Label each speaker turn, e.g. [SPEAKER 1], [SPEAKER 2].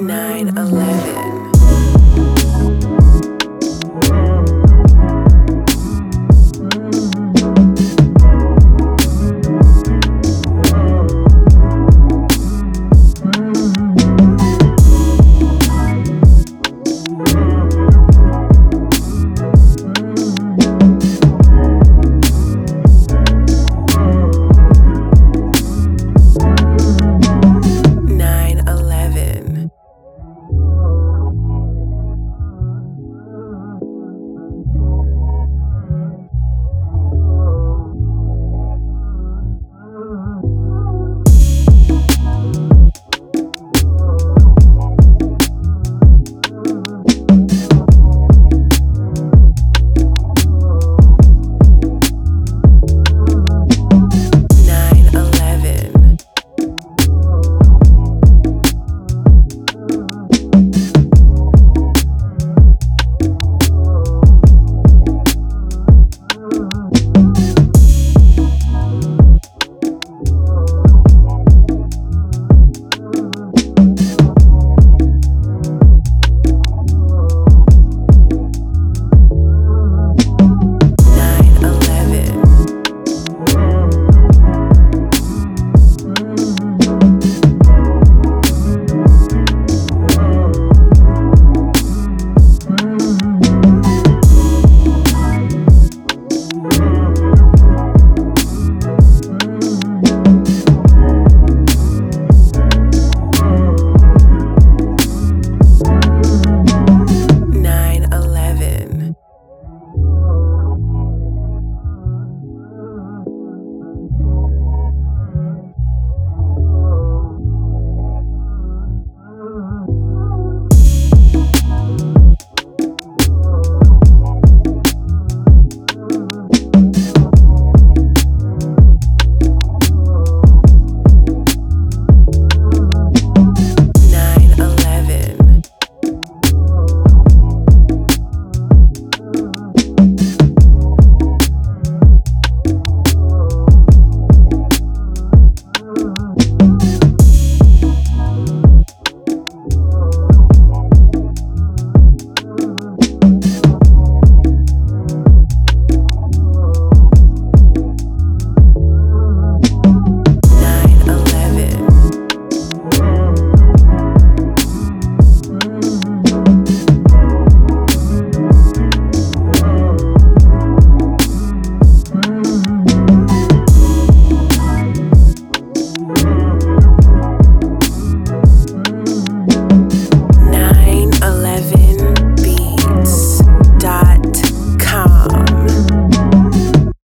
[SPEAKER 1] 11.